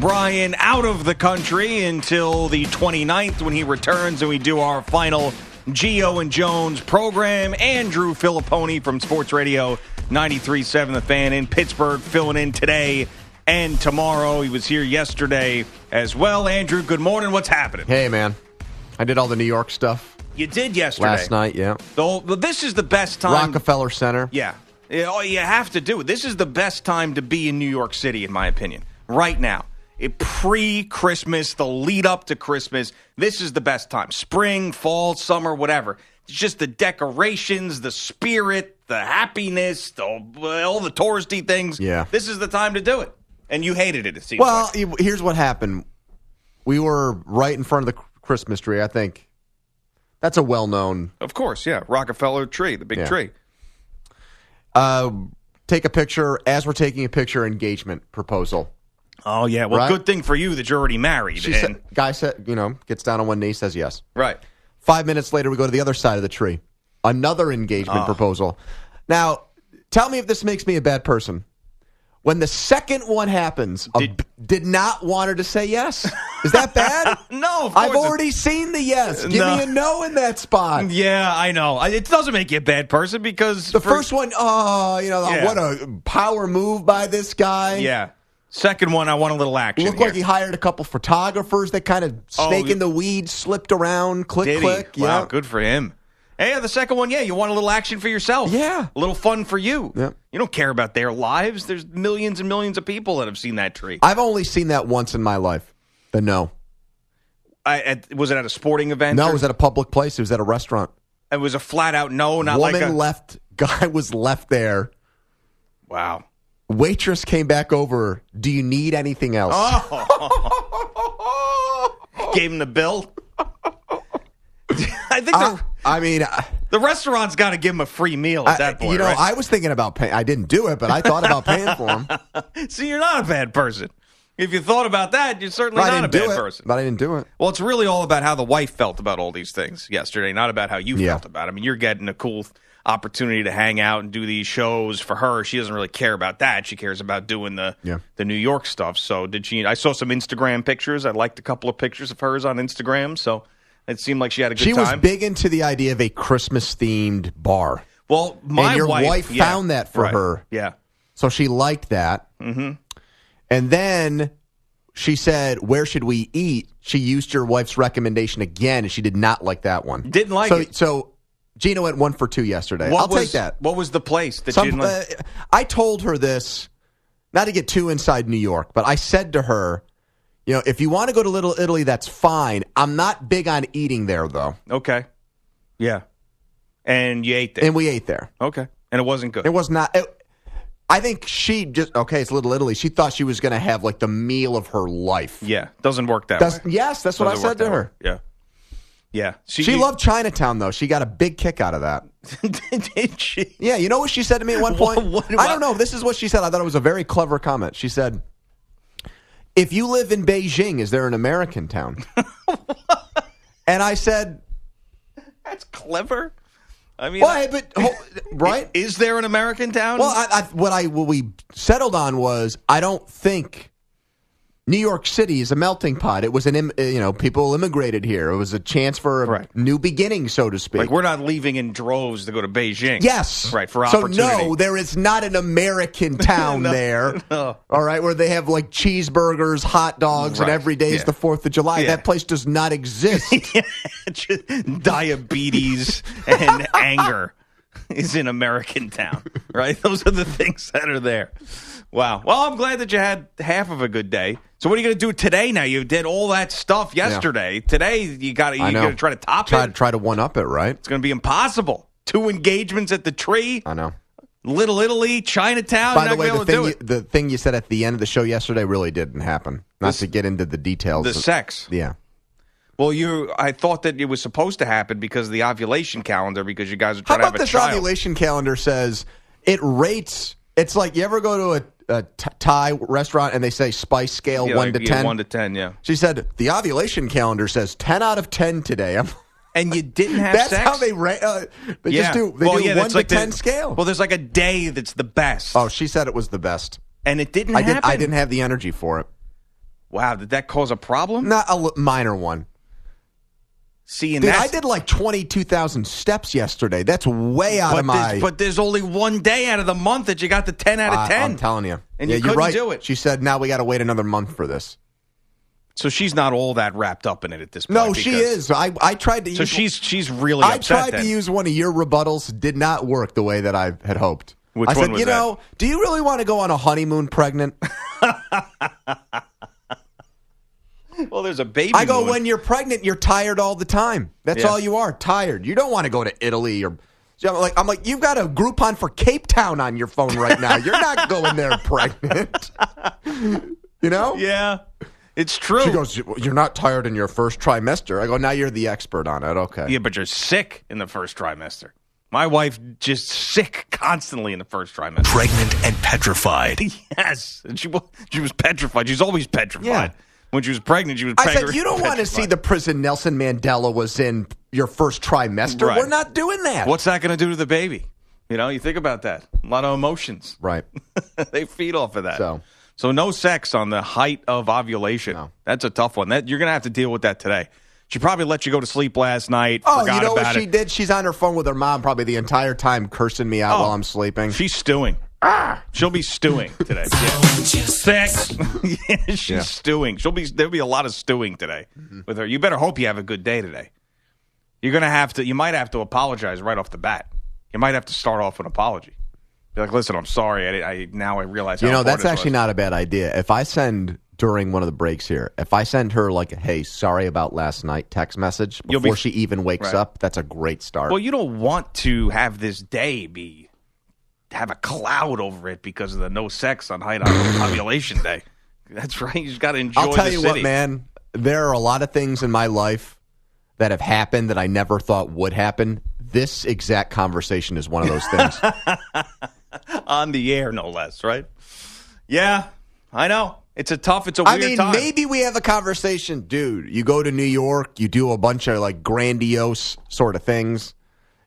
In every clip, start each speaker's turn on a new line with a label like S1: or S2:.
S1: Brian out of the country until the 29th when he returns and we do our final Geo and Jones program. Andrew Filipponi from Sports Radio 93.7 The Fan in Pittsburgh filling in today and tomorrow. He was here yesterday as well. Andrew, good morning. What's happening?
S2: Hey, man. I did all the New York stuff
S1: You did yesterday.
S2: last night, yeah.
S1: Though this is the best
S2: Um,
S1: time.
S2: Rockefeller Center.
S1: Yeah. Yeah, Oh, you have to do it. This is the best time to be in New York City, in my opinion, right now. It pre Christmas, the lead up to Christmas. This is the best time. Spring, fall, summer, whatever. It's just the decorations, the spirit, the happiness, the, all the touristy things.
S2: Yeah.
S1: This is the time to do it. And you hated it, it seems.
S2: Well,
S1: like.
S2: you- here's what happened. We were right in front of the Christmas tree, I think. That's a well known
S1: of course, yeah. Rockefeller tree, the big
S2: Yeah.
S1: tree.
S2: uh, take a picture as we're taking a picture engagement proposal.
S1: Oh, yeah. Well,
S2: Right.
S1: good thing for you that you're already married.
S2: She
S1: and-
S2: said, guy said, you know, gets down on one knee, says yes.
S1: right.
S2: Five minutes later, we go to the other side of the tree. Another
S1: Ah.
S2: engagement proposal. Now, tell me if this makes me a bad person. When the second one happens, a
S1: Did-
S2: b- did not want her to say yes. Is that bad?
S1: No, of
S2: I've
S1: course it-
S2: already seen the yes. Give
S1: No.
S2: me a no in that spot.
S1: Yeah, I know. I- It doesn't make you a bad person because
S2: The
S1: for-
S2: first one, oh, you know,
S1: Yeah.
S2: what a power move by this guy.
S1: yeah. Second one, I want a little action.
S2: Looked
S1: here.
S2: like he hired a couple photographers that kind of
S1: Oh,
S2: snake
S1: you-
S2: in the weeds, slipped around, click,
S1: Did he?
S2: click.
S1: Wow,
S2: yeah.
S1: good for him. Hey, yeah, the second one, yeah, you want a little action for yourself.
S2: Yeah.
S1: A little fun for you.
S2: Yeah.
S1: You don't care about their lives. There's millions and millions of people that have seen that tree.
S2: I've only seen that once in my life. The no.
S1: I, at, was it at a sporting event?
S2: No,
S1: or-
S2: it was at a public place. It was at a restaurant.
S1: it was a flat out no, not
S2: Woman
S1: like a.
S2: left. Guy was left there.
S1: wow.
S2: Waitress came back over. Do you need anything else?
S1: Oh. Gave him the bill. I think
S2: I,
S1: the,
S2: Ah, I mean, I,
S1: the restaurant's got to give him a free meal at that point.
S2: you know,
S1: right?
S2: I was thinking about paying. I didn't do it, but I thought about paying for him.
S1: See, you're not a bad person. If you thought about that, you're certainly
S2: But I
S1: not
S2: didn't
S1: a bad
S2: do it.
S1: person.
S2: But I didn't do it.
S1: Well, it's really all about how the wife felt about all these things yesterday, not about how you
S2: Yeah.
S1: felt about it. I mean, you're getting a cool opportunity to hang out and do these shows for her. She doesn't really care about that. She cares about doing the
S2: Yeah.
S1: the New York stuff. So, did she I saw some Instagram pictures. I liked a couple of pictures of hers on Instagram, so it seemed like she had a good
S2: She was
S1: time.
S2: big into the idea of a Christmas themed bar.
S1: well, my
S2: and your
S1: wife,
S2: wife
S1: yeah,
S2: found that for
S1: right,
S2: her.
S1: Yeah.
S2: So she liked that. Mm-hmm. And then she said, Where should we eat? She used your wife's recommendation again, and she did not like that one.
S1: Didn't like
S2: so,
S1: it.
S2: So Gina went one for two yesterday. I'll
S1: was,
S2: take that.
S1: What was the place that you
S2: Some,
S1: didn't like?
S2: uh, I told her this, not to get too inside New York, but I said to her, You know, if you want to go to Little Italy, that's fine. I'm not big on eating there, though.
S1: Okay. Yeah. And you ate there.
S2: uh, And we ate there.
S1: okay. And it wasn't good.
S2: It was not. It, I think she just okay. It's Little Italy. She thought she was going to have like the meal of her life.
S1: yeah. Doesn't work that
S2: That's,
S1: way.
S2: yes, that's what I
S1: Doesn't work
S2: said to
S1: that way.
S2: her.
S1: Yeah. Yeah.
S2: She loved Chinatown though. She got a big kick out of that.
S1: Did she?
S2: Yeah, you know what she said to me at one point.
S1: What- what-
S2: I don't know. This is what she said. I thought it was a very clever comment. She said, "If you live in Beijing, is there an American town?" and I said,
S1: That's clever. I mean,
S2: "Why?" But ho- right?
S1: Is there an American town?
S2: Well, I, I, what I what we settled on was I don't think New York City is a melting pot. It was an im- uh, you know people immigrated here. It was a chance for a
S1: Right.
S2: new beginning, so to speak.
S1: like we're not leaving in droves to go to Beijing.
S2: yes,
S1: Right for
S2: so
S1: opportunity.
S2: no, there is not an American town
S1: No,
S2: there.
S1: no.
S2: All right, where they have like cheeseburgers, hot dogs,
S1: Right,
S2: and every day
S1: yeah.
S2: is the Fourth of July.
S1: Yeah.
S2: That place does not exist.
S1: diabetes and anger is in American town, right? Those are the things that are there. Wow. Well, I'm glad that you had half of a good day. So what are you going to do today? Now you did all that stuff yesterday. Today you got to you
S2: I know.
S1: going to try to top
S2: try
S1: it.
S2: to try to one up it, right?
S1: it's going to be impossible. Two engagements at the tree.
S2: I know.
S1: Little Italy, Chinatown.
S2: By
S1: you're
S2: the
S1: not
S2: way,
S1: gonna
S2: the
S1: be able
S2: thing, you,
S1: to do it.
S2: the thing you said at the end of the show yesterday really didn't happen. Not
S1: This-
S2: to get into the details.
S1: the
S2: of-
S1: sex.
S2: Yeah.
S1: Well, you, I thought that it was supposed to happen because of the ovulation calendar because you guys are
S2: How
S1: trying
S2: about
S1: to have a
S2: this
S1: child.
S2: ovulation calendar says it rates? It's like you ever go to a, a Th- Thai restaurant and they say spice scale
S1: Yeah,
S2: one
S1: like,
S2: to
S1: yeah,
S2: ten.
S1: One to ten, yeah.
S2: she said the ovulation calendar says ten out of ten today. I'm,
S1: And you didn't have
S2: that's
S1: sex.
S2: how they rate. Uh, they
S1: yeah.
S2: just do. They
S1: well,
S2: do
S1: yeah,
S2: one
S1: that's
S2: to
S1: like the-
S2: ten scale.
S1: Well, there's like a day that's the best.
S2: oh, she said it was the best.
S1: and it didn't
S2: I
S1: happen.
S2: didn't. I didn't have the energy for it.
S1: Wow, did that cause a problem?
S2: Not a l- minor one.
S1: See, and
S2: Dude,
S1: that's,
S2: I did like twenty two thousand steps yesterday. That's way out
S1: but
S2: of my.
S1: There's, but there's only one day out of the month that you got the ten out of
S2: I,
S1: ten.
S2: am telling you.
S1: And
S2: yeah,
S1: you
S2: are
S1: couldn't
S2: right.
S1: do it.
S2: She said, "Now we got to wait another month for this."
S1: so she's not all that wrapped up in it at this point.
S2: No, she
S1: because-
S2: is. I I tried to.
S1: So
S2: use,
S1: she's she's really
S2: I
S1: upset.
S2: tried
S1: then.
S2: to use one of your rebuttals. Did not work the way that I had hoped.
S1: Which
S2: I said,
S1: one was
S2: you know, do you really want to go on a honeymoon pregnant?
S1: Well, there's a baby.
S2: I go,
S1: moon.
S2: when you're pregnant, you're tired all the time. That's
S1: Yeah.
S2: all you are, tired. You don't want to go to Italy or. So I'm like, I'm like, you've got a Groupon for Cape Town on your phone right now. You're not going there pregnant. you know?
S1: Yeah, it's true.
S2: She goes, "You- You're not tired in your first trimester. I go, Now you're the expert on it. Okay.
S1: yeah, but you're sick in the first trimester. My wife just sick constantly in the first trimester.
S3: Pregnant and petrified.
S1: Yes, and she was she was petrified. She's always petrified.
S2: Yeah.
S1: When she was pregnant, she was.
S2: I said,
S1: pegri-
S2: You don't want to see
S1: petrified.
S2: the prison Nelson Mandela was in your first trimester.
S1: Right.
S2: We're not doing that.
S1: What's that going to do to the baby? You know, you think about that. A lot of emotions.
S2: right?
S1: they feed off of that.
S2: So.
S1: So no sex on the height of ovulation.
S2: No.
S1: That's a tough one. That you're gonna have to deal with that today. She probably let you go to sleep last night.
S2: Oh,
S1: forgot
S2: you know
S1: about
S2: what she
S1: it.
S2: did? She's on her phone with her mom probably the entire time, cursing me out
S1: Oh.
S2: while I'm sleeping.
S1: She's stewing.
S2: Ah.
S1: She'll be stewing today. Yeah. Sex. yeah, she's stewing. She'll be there'll be a lot of stewing today with her. You better hope you have a good day today. You're gonna have to you might have to apologize right off the bat. You might have to start off with an apology. Be like, listen, I'm sorry. I, I now I realize.
S2: you
S1: how
S2: know,
S1: hard
S2: that's
S1: this was."
S2: actually not a bad idea. If I send during one of the breaks here, if I send her like, a, "Hey, sorry about last night," text message
S1: You'll
S2: before
S1: be-
S2: she even wakes
S1: Right.
S2: up, that's a great start.
S1: Well, you don't want to have this day be have a cloud over it because of the no sex on height on ovulation day. That's right. You just got to enjoy.
S2: I'll tell
S1: the
S2: you
S1: city.
S2: what, man. There are a lot of things in my life that have happened that I never thought would happen. This exact conversation is one of those things.
S1: On the air, no less. Right? Yeah, I know. It's a tough. It's a
S2: I
S1: weird
S2: mean,
S1: time.
S2: maybe we have a conversation, dude. You go to New York, you do a bunch of like grandiose sort of things.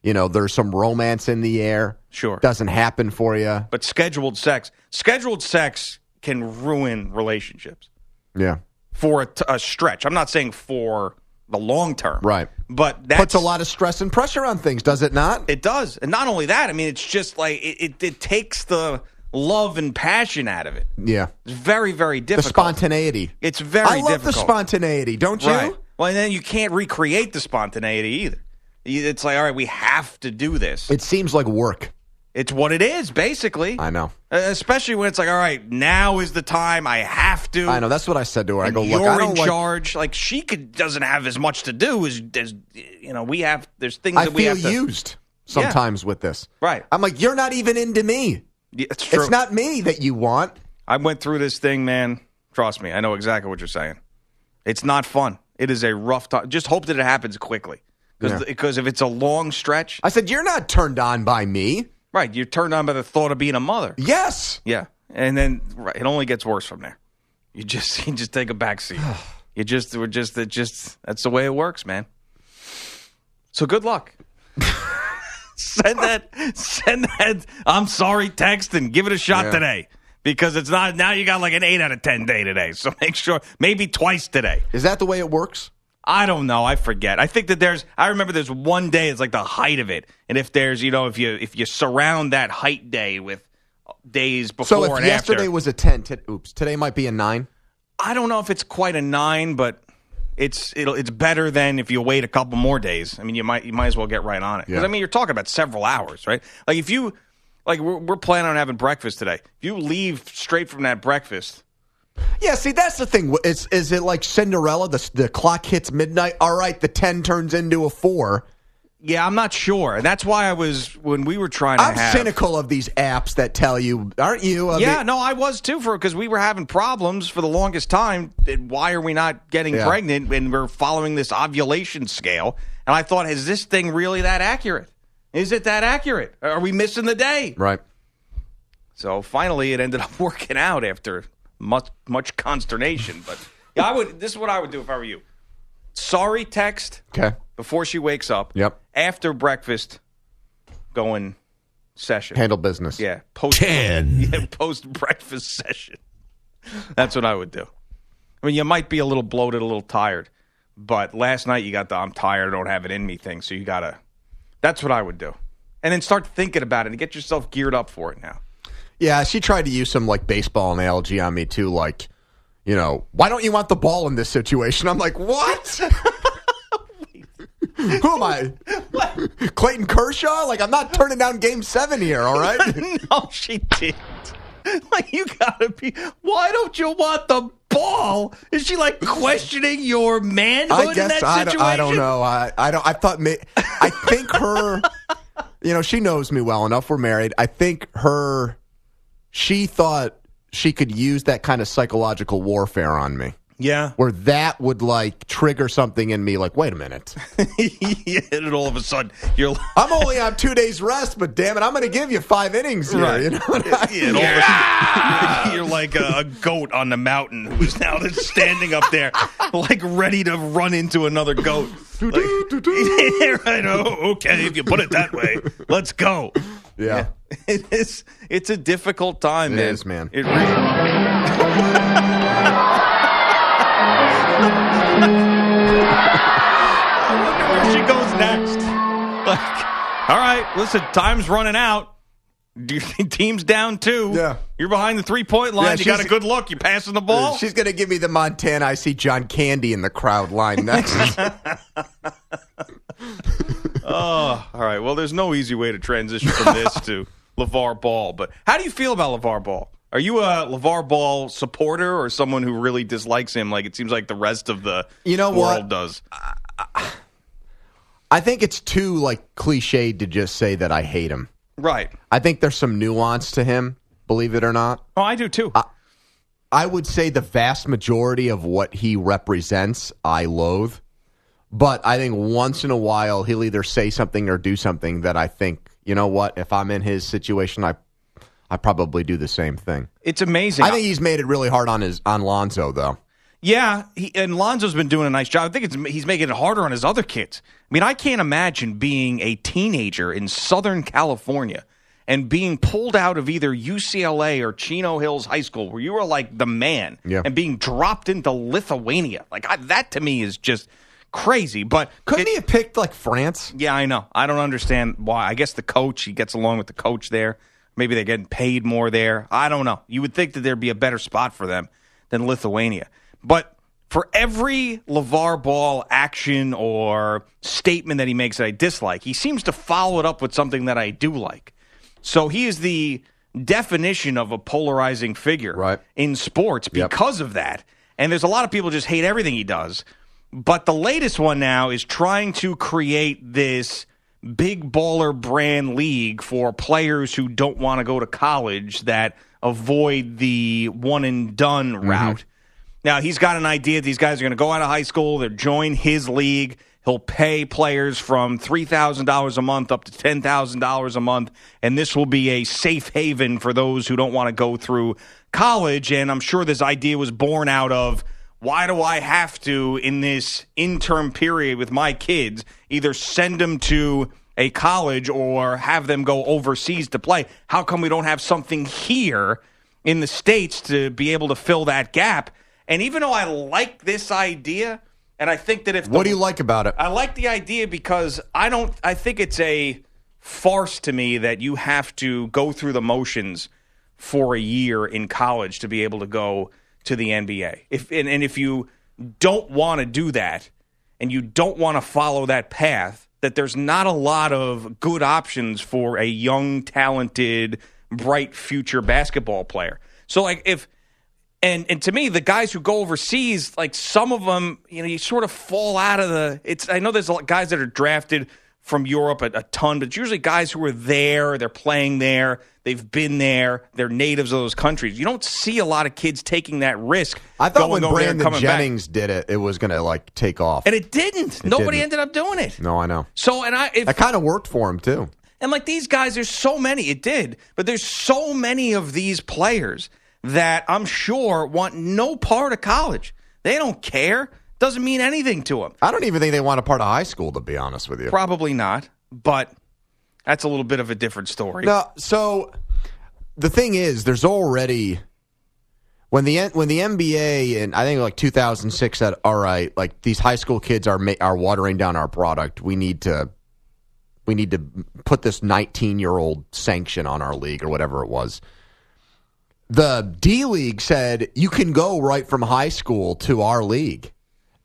S2: You know, there's some romance in the air.
S1: Sure.
S2: doesn't happen for you.
S1: but scheduled sex, scheduled sex can ruin relationships
S2: Yeah,
S1: for a, t- a stretch. I'm not saying for the long term,
S2: Right.
S1: But that's
S2: puts a lot of stress and pressure on things, does it not?
S1: It does, and not only that. I mean, it's just like it, it, it takes the love and passion out of it.
S2: yeah,
S1: It's very, very
S2: the
S1: difficult.
S2: spontaneity.
S1: It's very
S2: I love the
S1: difficult.
S2: spontaneity, don't you?
S1: Right. Well, and then you can't recreate the spontaneity either. You- It's like, all right, we have to do this.
S2: It seems like work.
S1: It's what it is, basically.
S2: I know.
S1: Uh, Especially when it's like, all right, now is the time. I have to.
S2: I know. That's what I said to her. I
S1: And
S2: go,
S1: you're
S2: look, I don't
S1: in
S2: like.
S1: charge. Like she could doesn't have as much to do as, as you know. We have there's things
S2: I
S1: that we
S2: feel
S1: have to.
S2: used sometimes with this.
S1: Right.
S2: I'm like, you're not even into me.
S1: Yeah, it's true.
S2: It's not me that you want.
S1: I went through this thing, man. Trust me, I know exactly what you're saying. It's not fun. It is a rough time. Just hope that it happens quickly,
S2: Yeah.
S1: because if it's a long stretch,
S2: I said, you're not turned on by me.
S1: right? You're turned on by the thought of being a mother.
S2: Yes.
S1: Yeah, and then right, it only gets worse from there. You just you just take a back seat. you just we're just that just that's the way it works, man. So good luck. send that send that I'm sorry text and give it a shot
S2: Yeah.
S1: today because it's not now you got like an 8 out of 10 day today. So make sure maybe twice today.
S2: Is that the way it works?
S1: I don't know. I forget. I think that there's. I remember there's one day. It's like the height of it. And if there's, you know, if you if you surround that height day with days
S2: So
S1: before
S2: if
S1: and
S2: yesterday
S1: after,
S2: was a 10, t- oops, today might be a 9.
S1: I don't know if it's quite a nine, but it's it'll, it's better than if you wait a couple more days. I mean, you might you might as well get right on it. 'Cause,
S2: Yeah.
S1: I mean, you're talking about several hours, right? Like if you like we're, we're planning on having breakfast today. If you leave straight from that breakfast,
S2: Yeah, see, that's the thing. It's, is it like Cinderella? The, the clock hits midnight. All right, the 10 turns into a 4.
S1: Yeah, I'm not sure. And That's why I was when we were trying to
S2: I'm
S1: have
S2: cynical of these apps that tell you, aren't you? I
S1: Yeah,
S2: mean-
S1: no, I was too for because we were having problems for the longest time. Then Why are we not getting
S2: Yeah.
S1: pregnant when we're following this ovulation scale? And I thought, is this thing really that accurate? Is it that accurate? Are we missing the day?
S2: Right.
S1: So finally, it ended up working out after much much consternation. But yeah, I would. This is what I would do if I were you. Sorry, text
S2: Okay.
S1: before she wakes up.
S2: Yep.
S1: After breakfast, going session.
S2: Handle business.
S1: Yeah, post
S3: Ten.
S1: Yeah, post breakfast session. That's what I would do. I mean, you might be a little bloated, a little tired, but last night you got the "I'm tired, I don't have it in me" thing, so you gotta. That's what I would do, and then start thinking about it and get yourself geared up for it now.
S2: Yeah, she tried to use some like baseball analogy on me too, like, you know, why don't you want the ball in this situation? I'm like, what? Who am I? Clayton Kershaw? Like, I'm not turning down game seven here, all right?
S1: no, she didn't. Like you gotta be. Why don't you want the ball? Is she like questioning your manhood
S2: I
S1: in
S2: guess
S1: that
S2: I, d-
S1: situation?
S2: I don't know. I, I don't. I thought. ma- I think her. you know, she knows me well enough. We're married. I think her. She thought she could use that kind of psychological warfare on me,
S1: Yeah.
S2: where that would like trigger something in me. Like, wait a minute.
S1: yeah. And all of a sudden, you're.
S2: I'm only on two days rest, but damn it, I'm going to give you five innings here.
S1: Right.
S2: You know what I
S1: Yeah, and all of a sudden, you're like a, a goat on the mountain who's now just standing up there, like ready to run into another goat. Like, right, oh, okay, if you put it that way, let's go.
S2: Yeah.
S1: It is. It's a difficult time,
S2: It
S1: man.
S2: is, man.
S1: It really- I wonder where she goes next. Like, all right, listen, time's running out. Do you think team's down two?
S2: Yeah.
S1: You're behind the three point line.
S2: Yeah,
S1: you got a
S2: she's-
S1: good look. You're passing the ball.
S2: She's going to give me the Montana. I see John Candy in the crowd line next.
S1: All right. Well, there's no easy way to transition from this to LeVar Ball. But how do you feel about LeVar Ball? Are you a LeVar Ball supporter or someone who really dislikes him like it seems like the rest of the
S2: You know
S1: world
S2: what?
S1: does?
S2: I think it's too like cliched to just say that I hate him.
S1: Right.
S2: I think there's some nuance to him, believe it or not.
S1: Oh, I do too.
S2: I would say the vast majority of what he represents, I loathe. But I think once in a while, he'll either say something or do something that I think, you know what? If I'm in his situation, I, I probably do the same thing.
S1: it's amazing.
S2: I think he's made it really hard on his on Lonzo though.
S1: yeah, he, and Lonzo's been doing a nice job. I think it's he's making it harder on his other kids. I mean, I can't imagine being a teenager in Southern California and being pulled out of either UCLA or Chino Hills High School where you were like the man
S2: Yeah.
S1: and being dropped into Lithuania. Like I, that to me is just crazy, but
S2: Couldn't
S1: it-
S2: he have picked like France?
S1: Yeah, I know. I don't understand why. I guess the coach, he gets along with the coach there. Maybe they're getting paid more there. I don't know. You would think that there'd be a better spot for them than Lithuania. But for every LeVar ball action or statement that he makes that I dislike, he seems to follow it up with something that I do like. So he is the definition of a polarizing figure
S2: Right.
S1: in sports because of that. And there's a lot of people just hate everything he does. But the latest one now is trying to create this big baller brand league for players who don't want to go to college that avoid the one and done route. Now he's got an idea. These guys are going to go out of high school. They'll join his league. He'll pay players from three thousand dollars a month up to ten thousand dollars a month, and this will be a safe haven for those who don't want to go through college. And I'm sure this idea was born out of why do I have to in this interim period with my kids either send them to a college or have them go overseas to play? How come we don't have something here? in the states to be able to fill that gap. And even though I like this idea, and I think that if the-
S2: What do you like about it?
S1: I like the idea because I don't. I think it's a farce to me that you have to go through the motions for a year in college to be able to go to the NBA. If and, and if you don't want to do that and you don't want to follow that path, that there's not a lot of good options for a young, talented, bright future basketball player. So like if and and to me, the guys who go overseas, like some of them, you know, you sort of fall out of the. It's I know there's a lot guys that are drafted from Europe a, a ton, but it's usually guys who are there, they're playing there, they've been there, they're natives of those countries. You don't see a lot of kids taking that risk.
S2: I thought
S1: going
S2: when
S1: over there and
S2: Brandon
S1: coming back.
S2: Jennings did it, it was going to like take off.
S1: and it didn't. Nobody
S2: didn't.
S1: ended up doing it.
S2: no, I know.
S1: So and I if,
S2: That kind of worked for him too.
S1: and like these guys, there's so many. It did, but there's so many of these players that I'm sure want no part of college. They don't care. Doesn't mean anything to them.
S2: I don't even think they want a part of high school, to be honest with you.
S1: Probably not. But that's a little bit of a different story.
S2: No, so the thing is, there's already when the N- when the NBA and I think like 2006 said, all right, like these high school kids are ma- are watering down our product. We need to we need to put this 19 year old sanction on our league or whatever it was. The D League said you can go right from high school to our league,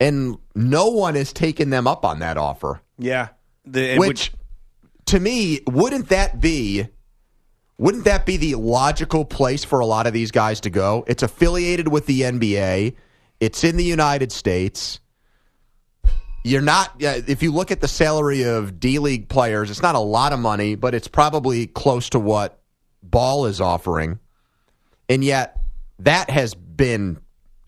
S2: and no one has taken them up on that offer
S1: Yeah. The, it
S2: which to me wouldn't that be wouldn't that be the logical place for a lot of these guys to go it's affiliated with the nba it's in the united states you're not yeah, if you look at the salary of d league players it's not a lot of money but it's probably close to what ball is offering and yet that has been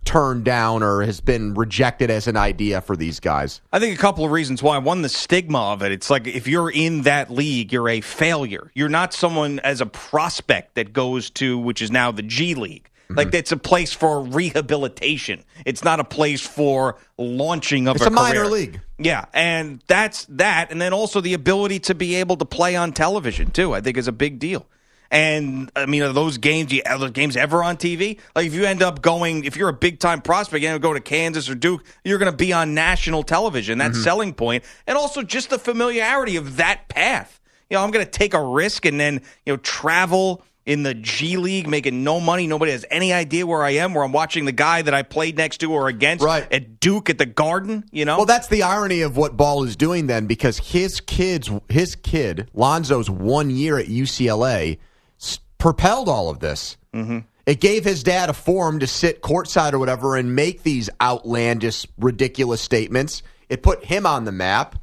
S2: turned down or has been rejected as an idea for these guys
S1: I think a couple of reasons why. One, the stigma of it. It's like if you're in that league, you're a failure. You're not someone as a prospect that goes to, which is now the G League.
S2: Mm-hmm.
S1: Like that's a place for rehabilitation. It's not a place for launching of
S2: It's a minor
S1: career.
S2: league.
S1: Yeah, and that's that, and then also the ability to be able to play on television too. I think is a big deal. And I mean, are those games? you- Are those games ever on TV? Like, if you end up going, if you're a big time prospect, you end up going to Kansas or Duke, you're going to be on national television.
S2: Mm-hmm.
S1: That's selling point, and also just the familiarity of that path. You know, I'm going to take a risk and then you know travel in the G League, making no money. Nobody has any idea where I am. Where I'm watching the guy that I played next to or against
S2: Right.
S1: at Duke at the Garden. You know,
S2: Well, that's the irony of what Ball is doing then, because his kids, his kid Lonzo's one year at UCLA s- propelled all of this. Mm-hmm. It gave his dad a forum to sit courtside or whatever and make these outlandish, ridiculous statements. It put him on the map.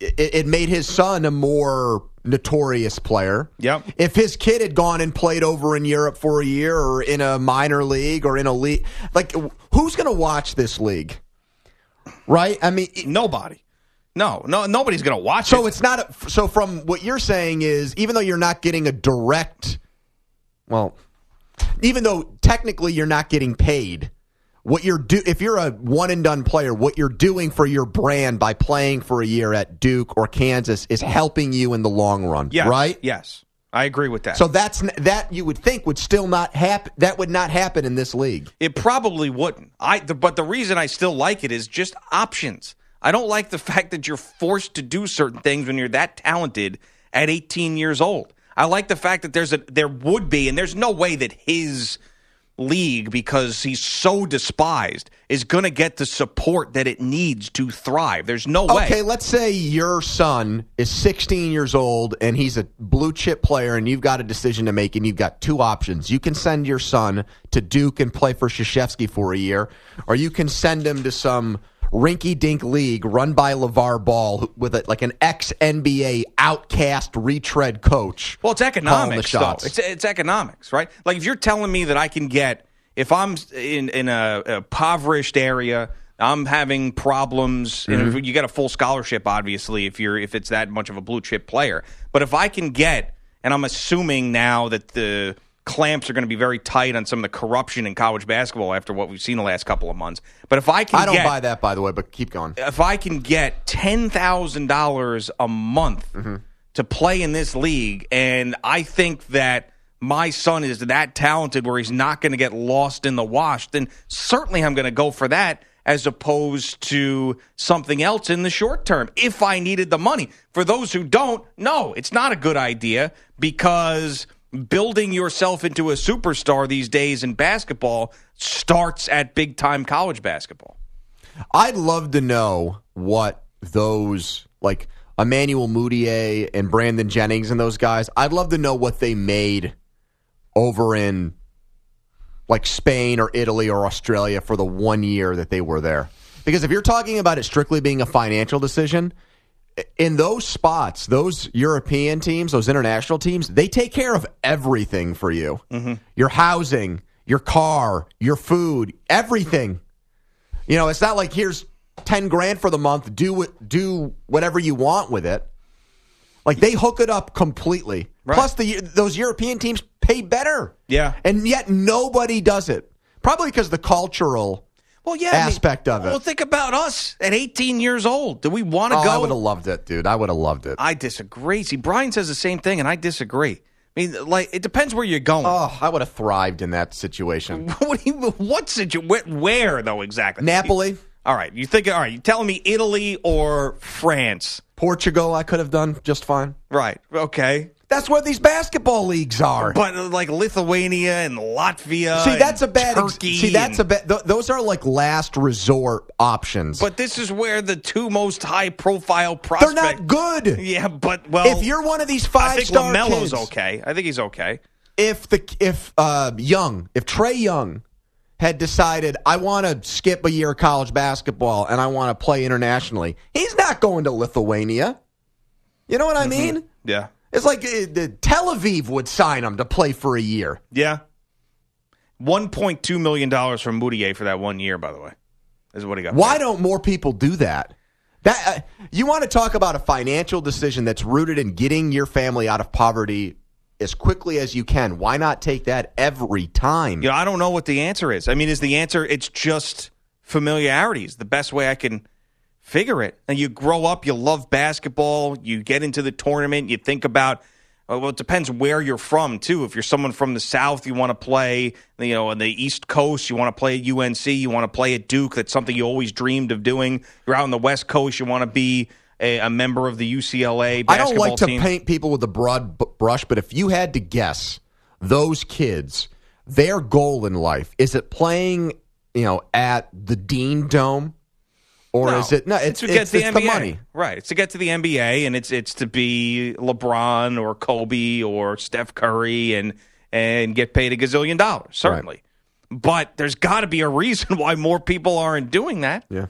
S2: It, it made his son a more notorious player.
S1: Yep.
S2: If his kid had gone and played over in Europe for a year or in a minor league or in a league, like who's going to watch this league? Right? I mean,
S1: Nobody. No, no, nobody's going to watch
S2: So
S1: it.
S2: it's not. A, so from what you're saying is, even though you're not getting a direct, well, even though technically you're not getting paid, what you're do if you're a one and done player, what you're doing for your brand by playing for a year at Duke or Kansas is helping you in the long run,
S1: Yes,
S2: right?
S1: Yes, I agree with that.
S2: So that's n- that you would think would still not happen. That would not happen in this league.
S1: it probably wouldn't. I, the, but the reason I still like it is just options. I don't like the fact that you're forced to do certain things when you're that talented at 18 years old. I like the fact that there's a there would be, and there's no way that his league, because he's so despised, is going to get the support that it needs to thrive. There's no way.
S2: Okay, let's say your son is 16 years old and he's a blue chip player, and you've got a decision to make, and you've got two options. You can send your son to Duke and play for Shashevsky for a year, or you can send him to some rinky dink league run by LeVar Ball who- with a, like an ex NBA outcast retread coach.
S1: Well, it's economics,
S2: calling
S1: though.
S2: the shots.
S1: It's, it's economics, right? Like if you're telling me that I can get, if I'm in in a, a impoverished area, I'm having problems. And
S2: Mm-hmm.
S1: if you get a full scholarship, obviously, if you're if it's that much of a blue chip player. But if I can get, and I'm assuming now that the clamps are going to be very tight on some of the corruption in college basketball after what we've seen the last couple of months. But if I can,
S2: I don't
S1: get-
S2: buy that, by the way, but keep going.
S1: if I can get ten thousand dollars a month to play in this league, and I think that my son is that talented where he's not going to get lost in the wash, then certainly I'm going to go for that as opposed to something else in the short term if I needed the money. For those who don't, no, it's not a good idea because building yourself into a superstar these days in basketball starts at big time college basketball.
S2: I'd love to know what those like Emmanuel Moutier and Brandon Jennings and those guys. I'd love to know what they made over in like Spain or Italy or Australia for the one year that they were there. Because if you're talking about it strictly being a financial decision, in those spots, those European teams, those international teams, they take care of everything for you. Your housing, your car, your food, everything. You know, it's not like here's ten grand for the month. Do it. Do whatever you want with it. Like they hook it up completely.
S1: Right.
S2: Plus, the those European teams pay better.
S1: Yeah.
S2: and yet nobody does it. Probably because the cultural.
S1: Well, yeah.
S2: aspect of it.
S1: Well, think about us at 18 years old. Do we want to
S2: Oh,
S1: go?
S2: I would have loved it, dude. I would have loved it.
S1: I disagree. See, Brian says the same thing, and I disagree. I mean, like, it depends where you're going.
S2: Oh, I would have thrived in that situation.
S1: what do you, what situ- where, where though exactly?
S2: Napoli,
S1: All right, you think? All right, you telling me Italy or France?
S2: Portugal, I could have done just fine.
S1: Right. Okay.
S2: That's where these basketball leagues are.
S1: But uh, like Lithuania and Latvia.
S2: see, that's a
S1: and
S2: bad. ex-
S1: Turkey.
S2: see, that's a
S1: and-
S2: bad. Th- those are like last resort options.
S1: But this is where the two most high-profile
S2: they're
S1: prospects.
S2: not good.
S1: Yeah, but well,
S2: if you're one of these
S1: I
S2: five
S1: think
S2: star
S1: Lamelo's
S2: kids,
S1: okay. I think he's okay.
S2: if the if uh, Young, if Trey Young had decided I want to skip a year of college basketball and I want to play internationally, he's not going to Lithuania. You know what I mean?
S1: Yeah.
S2: It's like uh, the Tel Aviv would sign him to play for a year.
S1: Yeah. One point two million dollars from Moutier for that one year, by the way, is what he got.
S2: Why
S1: paid.
S2: don't more people do that? That uh, you want to talk about a financial decision that's rooted in getting your family out of poverty as quickly as you can. Why not take that every time?
S1: You know, I don't know what the answer is. I mean, is the answer it's just familiarity is the best way I can figure it. And you grow up, you love basketball, you get into the tournament, you think about uh, well, it depends where you're from too. If you're someone from the South, you want to play, you know, on the East Coast, you want to play at UNC, you want to play at Duke. That's something you always dreamed of doing. You're out on the West Coast, you want to be a, a member of the UCLA
S2: I don't
S1: basketball
S2: like to
S1: team.
S2: paint people with a broad b- brush, but if you had to guess, those kids, their goal in life is it playing, you know, at the Dean Dome, or
S1: No,
S2: is it no? It's,
S1: to
S2: it's,
S1: get to the
S2: it's the
S1: NBA.
S2: money.
S1: right? It's to get to the NBA, and it's it's to be LeBron or Kobe or Steph Curry, and and get paid a gazillion dollars, certainly. But there's got to be a reason why more people aren't doing that.
S2: Yeah.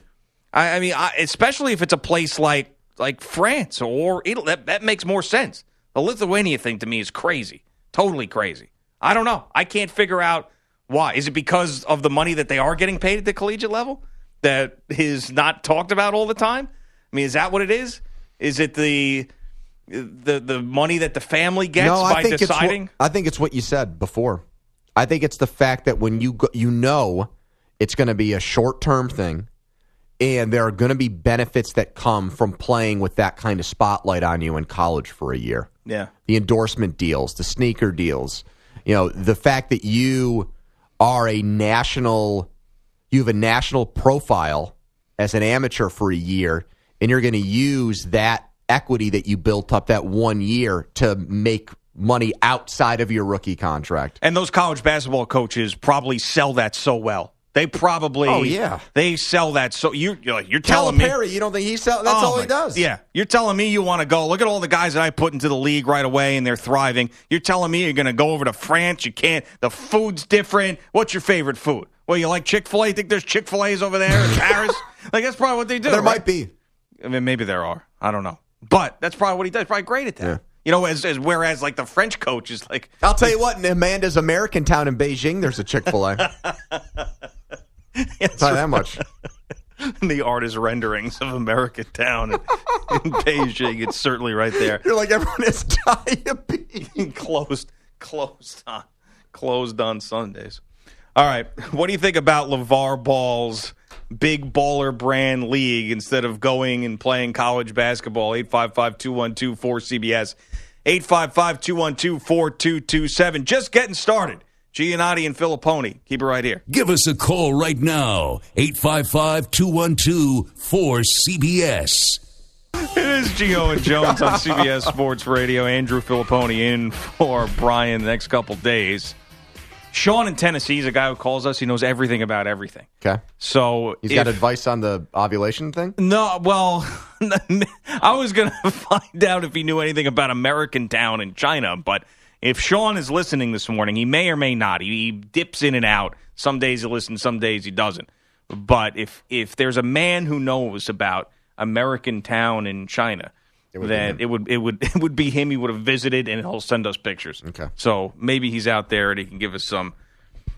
S1: I, I mean, I, especially if it's a place like like France or Italy, that, that makes more sense. The Lithuania thing to me is crazy, totally crazy. I don't know. I can't figure out why. Is it because of the money that they are getting paid at the collegiate level that is not talked about all the time? I mean, is that what it is? Is it the the the money that the family gets
S2: no,
S1: by
S2: I think
S1: deciding?
S2: it's what, I think it's what you said before. I think it's the fact that when you go, you know it's going to be a short term thing, and there are going to be benefits that come from playing with that kind of spotlight on you in college for a year.
S1: yeah,
S2: the endorsement deals, the sneaker deals, you know, the fact that you are a national, you have a national profile as an amateur for a year, and you're going to use that equity that you built up that one year to make money outside of your rookie contract.
S1: And those college basketball coaches probably sell that so well. They probably,
S2: Oh, yeah.
S1: they sell that so you you're, like, you're telling me.
S2: Calipari, you don't think he's sell? That's
S1: Oh,
S2: all
S1: my-
S2: he does.
S1: Yeah, you're telling me you want to go. Look at all the guys that I put into the league right away, and they're thriving. You're telling me you're going to go over to France. You can't. The food's different. What's your favorite food? Well, you like Chick Fil A. Think there's Chick Fil A's over there in Paris? Like that's probably what they do.
S2: there
S1: right?
S2: might be.
S1: I mean, maybe there are. I don't know. But that's probably what he does. Probably great at that.
S2: Yeah.
S1: You know, as, as whereas like the French coach is like,
S2: I'll tell you what, in Amanda's American town in Beijing, there's a Chick Fil A. Not that much.
S1: the artist renderings of American Town in, in Beijing. It's certainly right there.
S2: You're like everyone has diabetes.
S1: closed, closed on, closed on Sundays. All right, what do you think about Levar Ball's big baller brand league instead of going and playing college basketball? 855-212-4CBS, 855-212-4227. Just getting started. Giannotti and Filipponi. Keep it right here.
S3: Give us a call right now, 855 212 4CBS.
S1: It is Gio and Jones on CBS Sports Radio. Andrew Filipponi in for Brian the next couple days. Sean in Tennessee is a guy who calls us. He knows everything about everything.
S2: Okay.
S1: So
S2: He's got
S1: if-
S2: advice on the ovulation thing.
S1: No, well, I was going to find out if he knew anything about American Town in China, but if Sean is listening this morning, he may or may not. He, he dips in and out. Some days he listens, some days he doesn't. But if if there's a man who knows about American Town in China,
S2: would've been
S1: that it would it would it would be him. He would have visited, and he'll send us pictures.
S2: Okay.
S1: So maybe he's out there and he can give us some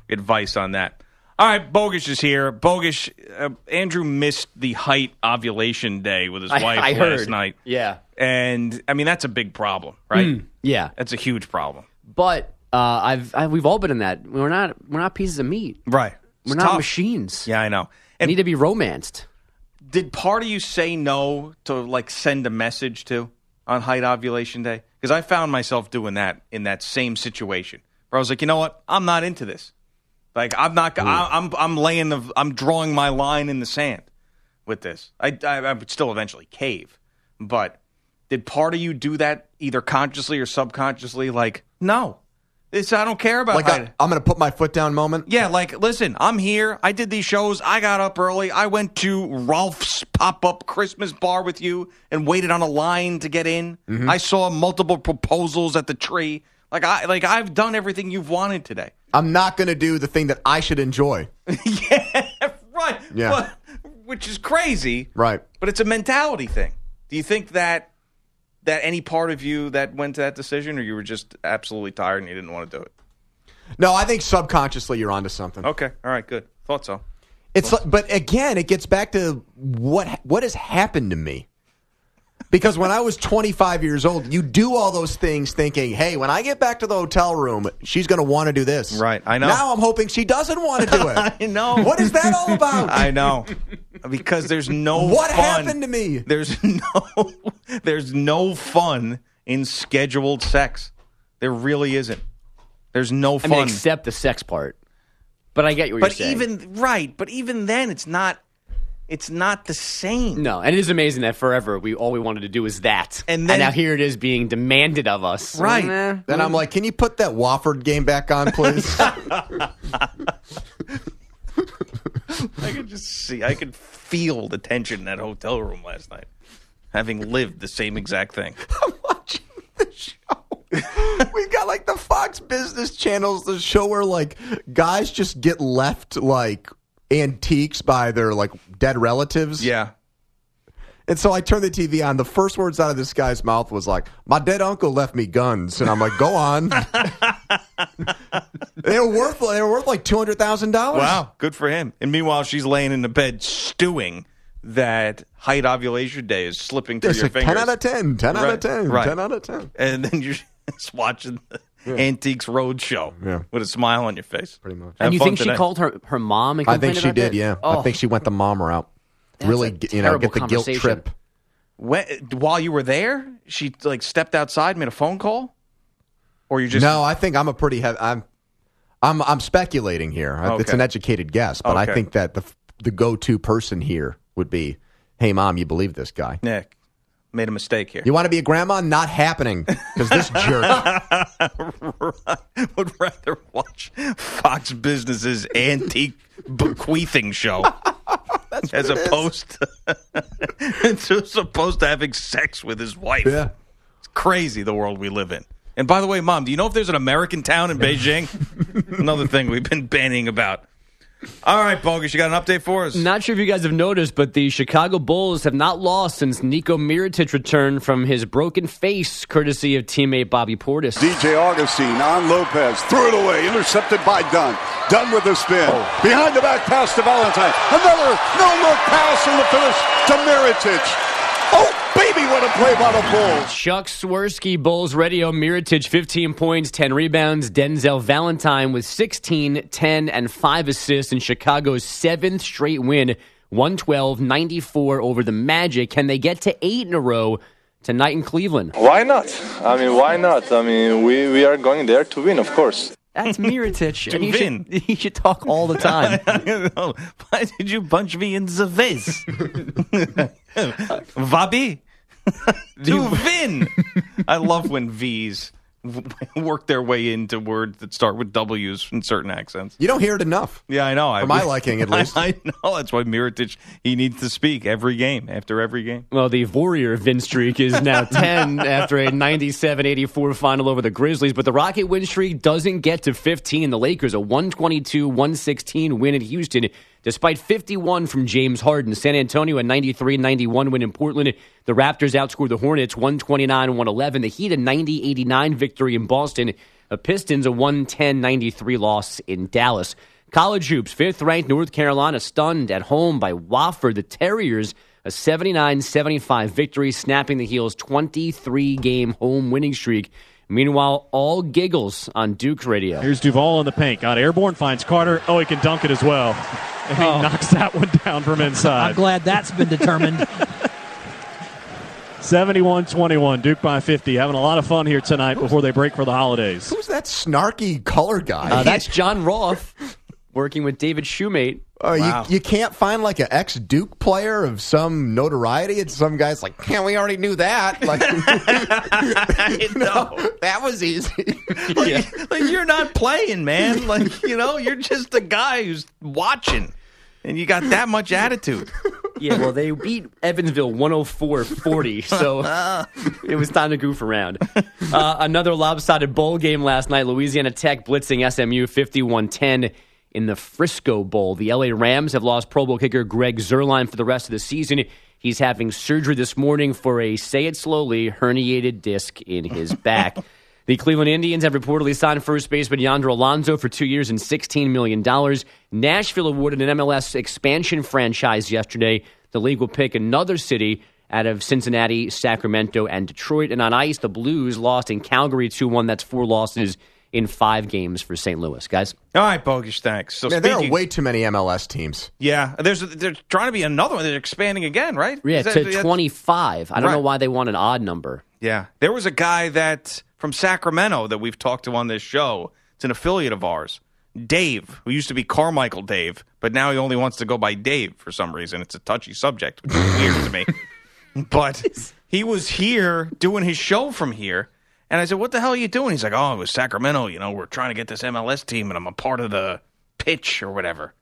S1: advice on that. All right, Bogish is here. Bogish, uh, Andrew missed the height ovulation day with his
S4: I,
S1: wife
S4: I
S1: last
S4: heard.
S1: night,
S4: Yeah. Hmm.
S1: and I mean that's a big problem, right?
S4: Yeah.
S1: That's a huge problem,
S4: But uh, I've I, we've all been in that. We're not we're not pieces of meat.
S1: right?
S4: We're not machines.
S1: Yeah, I know.
S4: We
S1: And
S4: need to be romanced.
S1: did part of you say no to like send a message to on height ovulation day? Because I found myself doing that in that same situation where I was like, you know what, I'm not into this. Like I'm not. I, I'm I'm laying the. I'm drawing my line in the sand with this. I, I I would still eventually cave, but did part of you do that either consciously or subconsciously? Like no, this I don't care about.
S2: Like
S1: height.
S2: i I'm going to put my foot down moment.
S1: Yeah, like, listen, I'm here. I did these shows. I got up early. I went to Ralph's pop up Christmas bar with you and waited on a line to get in.
S2: Mm-hmm.
S1: I saw multiple proposals at the tree. Like I like I've done everything you've wanted today.
S2: I'm not going to do the thing that I should enjoy.
S1: right.
S2: Yeah.
S1: But- which is crazy.
S2: Right.
S1: But it's a mentality thing. Do you think that that any part of you that went to that decision or you were just absolutely tired and you didn't want to do it?
S2: No, I think subconsciously you're onto something.
S1: Okay. All right, good. Thought so.
S2: It's like, but again, it gets back to what what has happened to me. Because when I was 25 years old, you do all those things thinking, "Hey, when I get back to the hotel room, she's going to want to do this."
S1: Right, I know.
S2: Now I'm hoping she doesn't want to do it.
S1: I know.
S2: What is that all about?
S1: I know. Because there's no
S2: What
S1: fun.
S2: happened to me?
S1: There's no there's no fun in scheduled sex. There really isn't. There's no
S4: I
S1: fun.
S4: mean, except the sex part. But I get what
S1: but
S4: you're saying.
S1: even right, but even then it's not it's not the same.
S4: no, and it is amazing that forever we all we wanted to do is that,
S1: And then-
S4: now here it is being demanded of us.
S1: Right.
S4: Nah.
S2: Then I'm like, "Can you put that Wofford game back on, please?"
S1: I could just see I could feel the tension in that hotel room last night. Having lived the same exact thing.
S2: watching the show. We got like the Fox Business Channel's the show where like guys just get left like antiques by their like dead relatives.
S1: Yeah.
S2: And so I turned the TV on. The first words out of this guy's mouth was like, "My dead uncle left me guns," and I'm like, "Go on." they were worth they were worth like two hundred thousand dollars.
S1: Wow, good for him. And meanwhile, she's laying in the bed stewing that height ovulation day is slipping through
S2: It's
S1: your
S2: like
S1: fingers.
S2: 10 out of 10, 10 out of
S1: Right,
S2: 10,
S1: right.
S2: 10 out of 10.
S1: and then you're just watching the Antiques Roadshow
S2: Yeah.
S1: with a smile on your face. Pretty
S2: much.
S4: and you think she called her her mom? And
S2: I think
S4: complained
S2: she
S4: about
S2: did,
S4: that?
S2: yeah. I
S4: Oh,
S2: think she went the mom route. Really,
S4: a
S2: get- you know,
S4: terrible
S2: get the guilt
S4: conversation.
S2: trip.
S1: When, while you were there, she like stepped outside, made a phone call, or you just
S2: no, I think I'm a pretty heavy. I'm, I'm, I'm speculating here. I- It's
S1: Okay.
S2: an educated guess, but
S1: Okay.
S2: I think that the f- the go to person here would be, "Hey, mom, you believe this guy?
S1: Nick made a mistake here.
S2: You want to be a grandma? Not happening because this jerk.
S1: would rather watch Fox Business's antique bequeathing show. as opposed to, as opposed to having sex with his wife.
S2: Yeah,
S1: crazy the world we live in. And by the way, mom, do you know if there's an American town in Beijing? Another thing we've been banning about. All right, Bogus, you got an update for us?
S4: Not sure if you guys have noticed, but the Chicago Bulls have not lost since Niko Mirotic returned from his broken face, courtesy of teammate Bobby Portis.
S5: DJ Augustine on Lopez. Threw it away. Intercepted by Dunn. Dunn with the spin. Behind the back pass to Valentine. Another no-look pass in the finish to Miritich. Oh, baby, what a play by the Bulls.
S4: Chuck Swirsky, Bulls Radio, Miritich, 15 points, 10 rebounds. Denzel Valentine with 16, 10, and 5 assists in Chicago's seventh straight win, 112 94 over the Magic. Can they get to eight in a row tonight in Cleveland?
S6: Why not? I mean, why not? I mean, we, we are going there to win, of course.
S4: That's Miritich. and he,
S1: win.
S4: should, he should talk all the time.
S1: Why did you punch me in the face? Vabi? to Vin! I love when V's w- work their way into words that start with W's in certain accents.
S2: you don't hear it enough.
S1: Yeah, I know.
S2: For
S1: I-
S2: my liking, at least.
S1: I, I know. That's why Miritich, he needs to speak every game, after every game.
S4: Well, the Warrior win streak is now 10 after a 97 84 final over the Grizzlies, but the Rocket win streak doesn't get to 15. The Lakers, a 122 116 win at Houston, Despite 51 from James Harden, San Antonio a 93-91 win in Portland. The Raptors outscored the Hornets 129-111. The Heat a 90-89 victory in Boston. The Pistons a 110-93 loss in Dallas. College hoops, fifth-ranked North Carolina stunned at home by Wofford. The Terriers a 79-75 victory, snapping the Heels' 23-game home winning streak. Meanwhile, all giggles on Duke Radio.
S7: Here's Duval in the paint. Got airborne, finds Carter. Oh, he can dunk it as well. And he knocks that one down from
S8: Oh. I'm
S7: inside.
S8: glad that's been determined.
S7: 71 21. Duke by 50. Having a lot of fun here tonight before they break for the holidays.
S2: Who's that snarky color guy?
S4: Uh, that's John Roth working with David Shoemate.
S2: Oh, you, you can't find like an ex Duke player of some notoriety, and some guy's like, "Man, we already knew that." Like, no, that was easy.
S1: Like, you're not playing, man. Like, you know, you're just a guy who's watching. And you got that much attitude.
S4: Yeah, well, they beat Evansville 104 40, so it was time to goof around. Uh, another lopsided bowl game last night Louisiana Tech blitzing SMU 51 10 in the Frisco Bowl. The LA Rams have lost Pro Bowl kicker Greg Zerline for the rest of the season. He's having surgery this morning for a, say it slowly, herniated disc in his back. The Cleveland Indians have reportedly signed first baseman Yonder Alonso for two years and $16 million. Nashville awarded an MLS expansion franchise yesterday. The league will pick another city out of Cincinnati, Sacramento, and Detroit. And on ice, the Blues lost in Calgary 2 1. That's four losses in five games for St. Louis, guys.
S1: All right, bogus. Thanks. So
S2: Man, there are
S1: speaking-
S2: way too many MLS teams.
S1: yeah, there's there's trying to be another one. They're expanding again, right?
S4: Yeah,
S1: Is that-
S4: to
S1: that's-
S4: 25. I don't know
S1: Right.
S4: why they want an odd number.
S1: Yeah, there was a guy that from Sacramento that we've talked to on this show. It's an affiliate of ours, Dave, who used to be Carmichael Dave, but now he only wants to go by Dave for some reason. It's a touchy subject, which is weird to me. But he was here doing his show from here. And I said, What the hell are you doing? He's like, Oh, it was Sacramento. You know, we're trying to get this MLS team, and I'm a part of the pitch or whatever.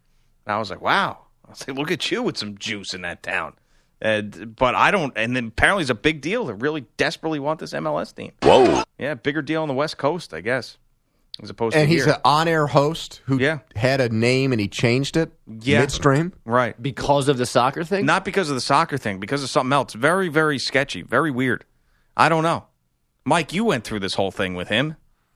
S1: And I was like, wow. I was like, look at you with some juice in that town. And, but I don't. And then apparently it's a big deal. They really desperately want this MLS team. Whoa. Yeah, bigger deal on the West Coast, I guess, as opposed
S2: And
S1: to
S2: he's
S1: here.
S2: an on-air host who
S1: Yeah.
S2: had a name and he changed it
S1: Yeah.
S2: midstream.
S1: right.
S4: Because of the soccer thing?
S1: Not because of the soccer thing, because of something else. Very, very sketchy. Very weird. I don't know. Mike, you went through this whole thing with him.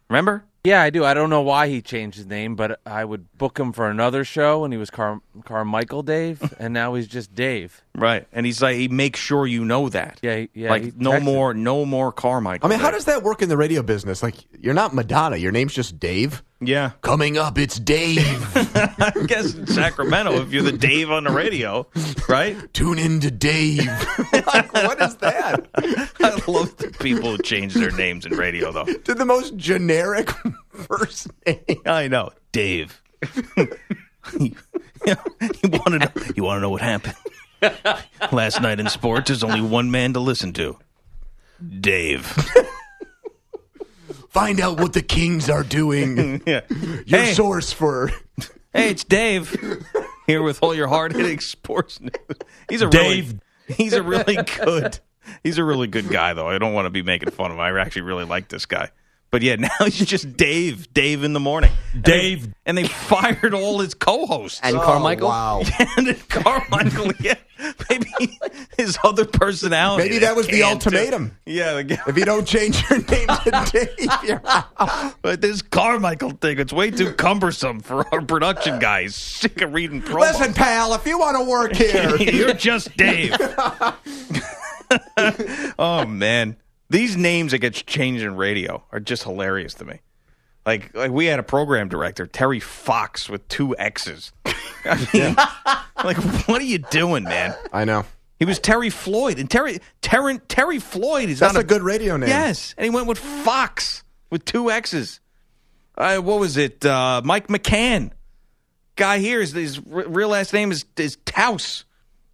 S1: Remember?
S9: Yeah, I do. I don't know why he changed his name, but I would book him for another show, and he was Car- Carmichael Dave, and now he's just Dave.
S1: Right. And he's like, he make sure you know that.
S9: Yeah, he- yeah, he
S1: Like no
S9: texted-
S1: more, no more Carmichael.
S2: I mean, how
S1: there.
S2: does that work in the radio business? Like, you're not Madonna. Your name's just Dave.
S1: yeah?
S2: Coming up, it's Dave.
S1: I guess in Sacramento, if you're the Dave on the radio, right?
S2: Tune in to Dave. like, what is that?
S1: I love the people who change their names in radio, though.
S2: To the most generic first name.
S1: I know, Dave. you, want to know, you want to know what happened last night in sports? There's only one man to listen to, Dave.
S2: Find out what the Kings are doing.
S1: yeah.
S2: Your
S1: Hey.
S2: source for
S1: Hey, it's Dave here with all your hard-hitting sports news. He's a
S2: Dave.
S1: Really, he's a really good. He's a really good guy, though. I don't want to be making fun of him. I actually really like this guy. But yeah, now he's just Dave. Dave in the morning. Dave. And they, fired all his co-hosts.
S4: and Carmichael?
S2: wow.
S1: and then Carmichael. Yeah, maybe his other personality.
S2: Maybe that was the
S1: can't do-
S2: ultimatum.
S1: Yeah, the guy-
S2: If you don't change your name to Dave, you're out.
S1: but this Carmichael thing—it's way too cumbersome for our production guys. Sick of reading promos.
S2: Listen, pal, if you want to work here,
S1: You're just Dave. oh man, these names that get changed in radio are just hilarious to me. Like, like we had a program director, Terry Fox, with two X's. I mean, like, what are you doing, man?
S2: I know.
S1: He was Terry Floyd, and Terry Terry, Terry Floyd is
S2: That's
S1: not
S2: a good radio name.
S1: Yes, and he went with Fox with two X's. Uh, what was it? Uh, Mike McCann. Guy here is his r- real last name is is Taus,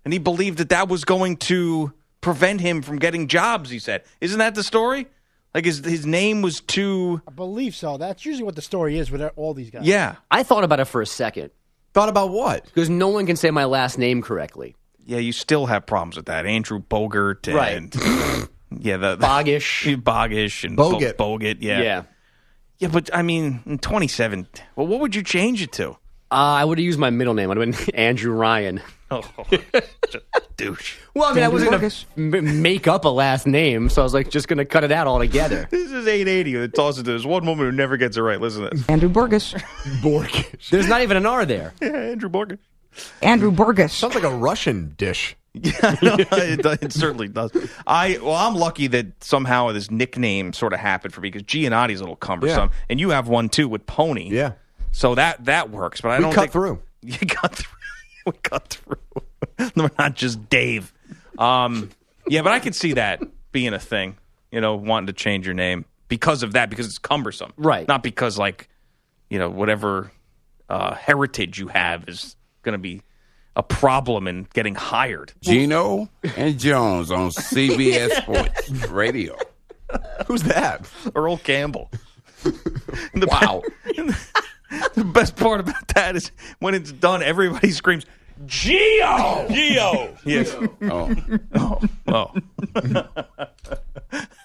S1: and he believed that that was going to prevent him from getting jobs. He said, "Isn't that the story? Like his his name was too
S10: I believe so. That's usually what the story is with all these guys.
S1: yeah
S4: I thought about it for a second
S2: Thought about what?
S4: because no one can say my last name correctly.
S1: yeah." You still have problems with that, Andrew Bogert, and yeah, the, the
S4: Boggish.
S1: Bogish and
S2: Bogut.
S1: Bo- Bogut, yeah.
S4: yeah.
S1: Yeah, but I mean, in 27, well, what would you change it to?
S4: Uh, I would have used my middle name. I'd have been Andrew Ryan.
S1: Oh, douche.
S4: Well, I mean, I
S1: Danny
S4: wasn't going
S1: Lucas.
S4: to make up a last name, so I was like, just going to cut it out altogether.
S1: This is 880 that tosses it to. There's one woman who never gets it right. Listen to this.
S8: Andrew Borges.
S2: Borgish.
S4: There's not even an R there.
S1: Yeah, Andrew Borgish.
S8: Andrew Borges.
S2: Sounds like a Russian dish.
S1: it, does- it certainly does. I well, I'm lucky that somehow this nickname sort of happened for me because Gianotti's a little cumbersome, and you have one too with Pony. Yeah. So that that works, but I
S2: We
S1: don't
S2: cut
S1: think-
S2: through.
S1: You cut through. we cut through. We're not just Dave. Um, yeah, but I could see that being a thing. You know, wanting to change your name because of that because it's cumbersome, right? Not because like you know whatever uh, heritage you have is going to be a problem in getting hired.
S11: Gino and Jones on CBS Sports Radio.
S2: Who's that?
S1: Earl Campbell. wow. the best part about that is when it's done, everybody screams, Geo! Geo! yes.
S11: Oh.
S1: Oh. Oh.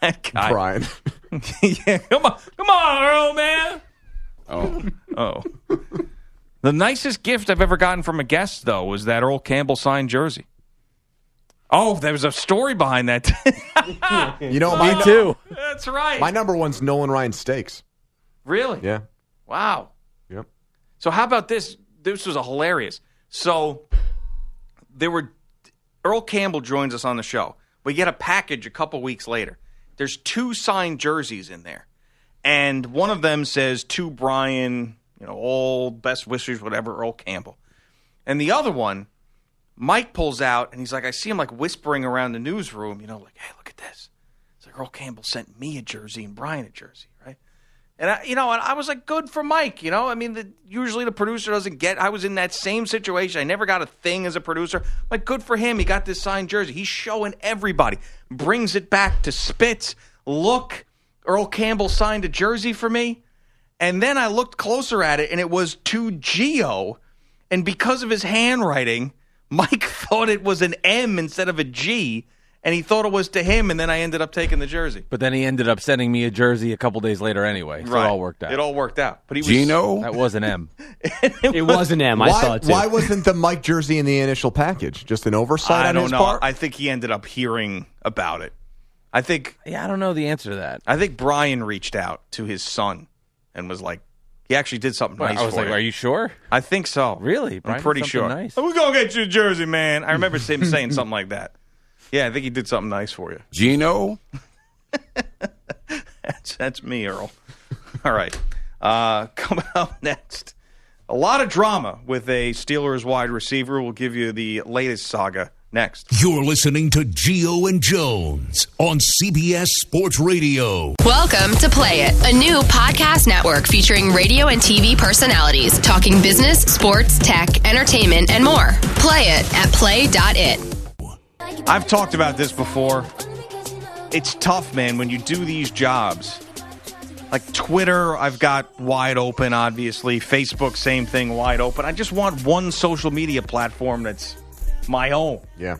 S1: that guy.
S2: Brian.
S1: yeah, come on. Come on, Earl, man.
S11: Oh.
S1: Oh. The nicest gift I've ever gotten from a guest, though, was that Earl Campbell signed jersey. Oh, there was a story behind that.
S2: You know,
S1: Me
S2: my,
S1: too. That's right.
S2: My number one's Nolan Ryan Steaks.
S1: really?
S2: Yeah.
S1: Wow.
S2: Yep.
S1: So how about this? This was a hilarious. So there were Earl Campbell joins us on the show. We get a package a couple weeks later. There's two signed jerseys in there, and one of them says to Brian, you know, all best wishes, whatever, Earl Campbell. And the other one, Mike pulls out and he's like, I see him like whispering around the newsroom, you know, like, hey, look at this. It's like Earl Campbell sent me a jersey and Brian a jersey, right? And I, you know, and I was like, good for Mike. You know, I mean, the, usually the producer doesn't get. I was in that same situation. I never got a thing as a producer. Like, good for him. He got this signed jersey. He's showing everybody. Brings it back to Spitz. Look, Earl Campbell signed a jersey for me. And then I looked closer at it, and it was to Geo. And because of his handwriting, Mike thought it was an M instead of a G, and he thought it was to him. And then I ended up taking the jersey.
S9: But then he ended up sending me a jersey a couple days later anyway. So
S1: Right.
S9: it all worked out.
S1: It all worked out. But he was
S11: Gino?
S9: That was an M.
S4: it was an M. I
S2: why,
S4: saw it too.
S2: Why wasn't the Mike jersey in the initial package? Just an oversight
S1: I
S2: on
S1: don't
S2: his
S1: know.
S2: part?
S1: I think he ended up hearing about it. I think.
S9: Yeah, I don't know the answer to that.
S1: I think Brian reached out to his son and was like, he actually did something
S9: Well,
S1: nice.
S9: I was
S1: for
S9: like,
S1: you.
S9: "Are you sure?"
S1: I think so.
S9: Really? Brian
S1: I'm
S9: did
S1: pretty
S9: something
S1: sure.
S9: nice.
S1: We're gonna get you a jersey, man. I remember him saying something like that. Yeah, I think he did something nice for you.
S11: Gino?
S1: That's, that's me, Earl. All right. Uh, coming up next, a lot of drama with a Steelers wide receiver. We'll give you the latest saga next.
S3: You're listening to Geo and Jones on CBS Sports Radio.
S12: Welcome to Play It, a new podcast network featuring radio and TV personalities talking business, sports, tech, entertainment, and more. Play it at play.it.
S1: I've talked about this before. It's tough, man, when you do these jobs. Like Twitter, I've got wide open, obviously. Facebook, same thing, wide open. I just want one social media platform that's my own.
S2: Yeah.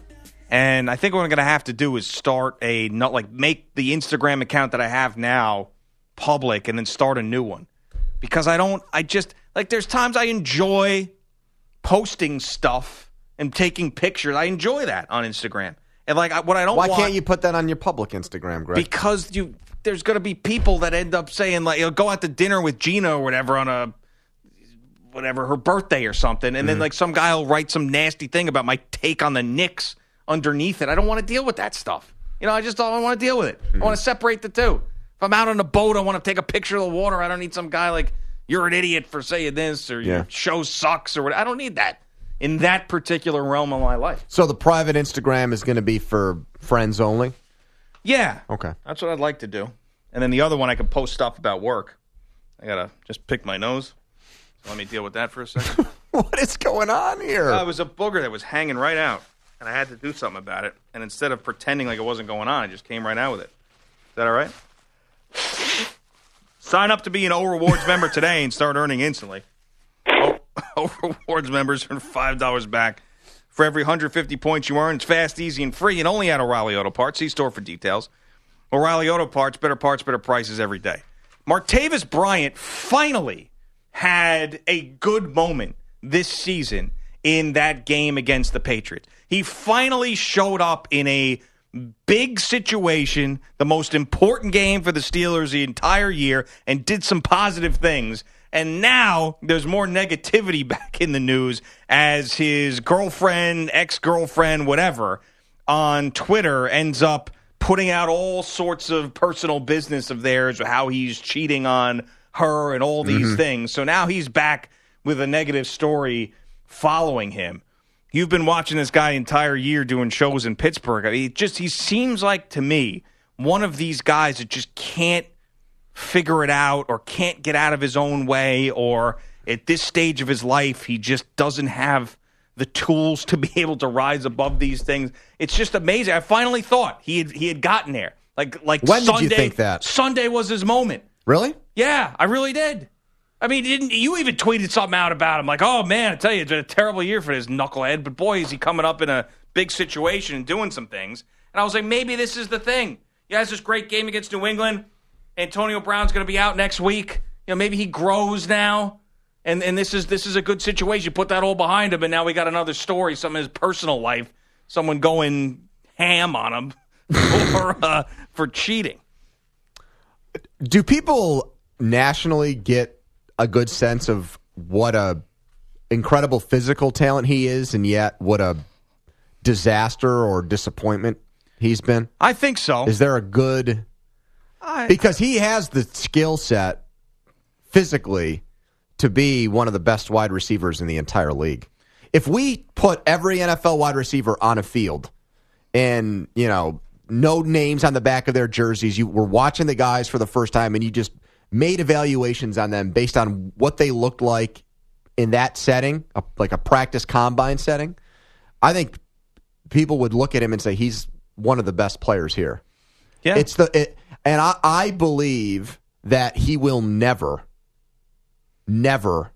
S1: And I think what I'm going to have to do is start a, not like make the Instagram account that I have now public and then start a new one. Because I don't, I just, like, there's times I enjoy posting stuff and taking pictures. I enjoy that on Instagram. And like I, what I don't
S2: Why
S1: want
S2: can't you put that on your public Instagram, Greg?
S1: because you there's going to be people that end up saying like you know, go out to dinner with Gina or whatever on a whatever her birthday or something and then like some guy will write some nasty thing about my take on the Knicks underneath it. I don't want to deal with that stuff. You know, I just don't want to deal with it. I want to separate the two. If I'm out on a boat, I want to take a picture of the water. I don't need some guy like you're an idiot for saying this or
S2: Yeah.
S1: your show sucks or what. I don't need that in that particular realm of my life.
S2: so the private Instagram is going to be for friends only?
S1: Yeah.
S2: Okay.
S1: That's what I'd like to do. And then the other one, I can post stuff about work. I gotta just pick my nose. So let me deal with that for a second.
S2: What is going on here?
S1: I was a booger that was hanging right out, and I had to do something about it. And instead of pretending like it wasn't going on, I just came right out with it. Is that all right? Sign up to be an O Rewards member today and start earning instantly. O, o Rewards members earn five dollars back for every 150 points you earn. It's fast, easy, and free, and only at O'Reilly Auto Parts. See store for details. O'Reilly Auto Parts, better parts, better prices every day. Martavis Bryant finally had a good moment this season in that game against the Patriots. He finally showed up in a big situation, the most important game for the Steelers the entire year, and did some positive things. And now there's more negativity back in the news as his girlfriend, ex girlfriend, whatever, on Twitter ends up putting out all sorts of personal business of theirs, how he's cheating on her and all these
S8: Mhm.
S1: things. So now he's back with a negative story following him. You've been watching this guy entire year doing shows in Pittsburgh. I mean, it just he seems like to me one of these guys that just can't figure it out or can't get out of his own way or at this stage of his life he just doesn't have the tools to be able to rise above these things. It's just amazing. I finally thought he had he had gotten there. Like like
S2: When did you
S1: Sunday,
S2: think that?
S1: Sunday was his moment.
S2: Really?
S1: Yeah, I really did. I mean, didn't you even tweeted something out about him? Like, oh man, I tell you, it's been a terrible year for this knucklehead, but boy, is he coming up in a big situation and doing some things. And I was like, maybe this is the thing. He has this great game against New England. Antonio Brown's going to be out next week. You know, maybe he grows now, and and this is this is a good situation. Put that all behind him, and now we got another story. Some of his personal life, someone going ham on him for uh, for cheating.
S2: Do people nationally get a good sense of what a incredible physical talent he is, and yet what a disaster or disappointment he's been?
S1: I think so.
S2: Is there a good
S1: I-
S2: because he has the skill set physically to be one of the best wide receivers in the entire league. If we put every NFL wide receiver on a field and, you know, no names on the back of their jerseys, you were watching the guys for the first time and you just made evaluations on them based on what they looked like in that setting, a, like a practice combine setting, I think people would look at him and say he's one of the best players here.
S1: Yeah,
S2: it's the it, and I, I believe that he will never, never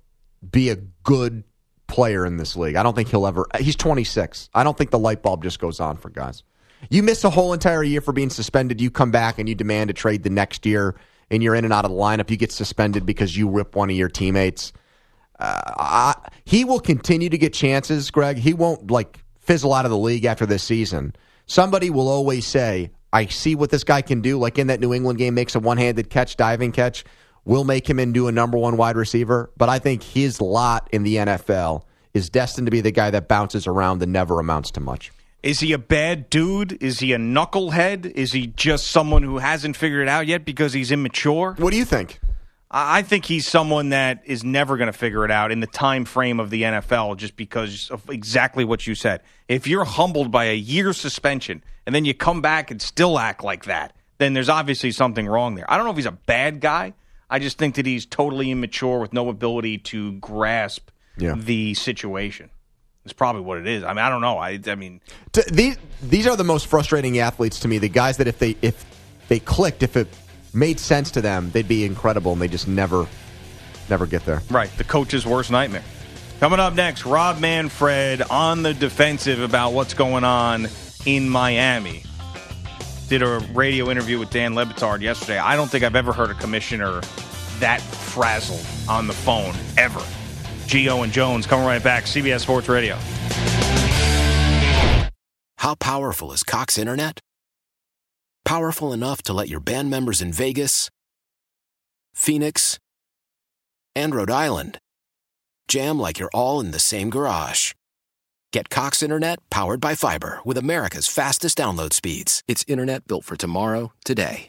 S2: be a good player in this league. I don't think he'll ever. He's 26. I don't think the light bulb just goes on for guys. You miss a whole entire year for being suspended. You come back and you demand a trade the next year, and you're in and out of the lineup. You get suspended because you rip one of your teammates. Uh, I, he will continue to get chances, Greg. He won't like fizzle out of the league after this season. Somebody will always say, "I see what this guy can do." Like in that New England game, makes a one-handed catch, diving catch. We'll make him into a number one wide receiver. But I think his lot in the NFL is destined to be the guy that bounces around and never amounts to much.
S1: Is he a bad dude? Is he a knucklehead? Is he just someone who hasn't figured it out yet because he's immature?
S2: What do you think?
S1: I I think he's someone that is never going to figure it out in the time frame of the NFL just because of exactly what you said. If you're humbled by a year suspension and then you come back and still act like that, then there's obviously something wrong there. I don't know if he's a bad guy. I just think that he's totally immature with no ability to grasp
S2: Yeah.
S1: the situation. It's probably what it is. I mean, I don't know. I, I mean,
S2: T- these these are the most frustrating athletes to me. The guys that if they if they clicked, if it made sense to them, they'd be incredible, and they just never never get there.
S1: Right, the coach's worst nightmare. Coming up next, Rob Manfred on the defensive about what's going on in Miami. Did a radio interview with Dan Lebitard yesterday. I don't think I've ever heard a commissioner that frazzled on the phone ever. Geo and Jones coming right back. CBS Sports Radio.
S13: How powerful is Cox Internet? Powerful enough to let your band members in Vegas, Phoenix, and Rhode Island jam like you're all in the same garage. Get Cox Internet powered by fiber with America's fastest download speeds. It's internet built for tomorrow, today.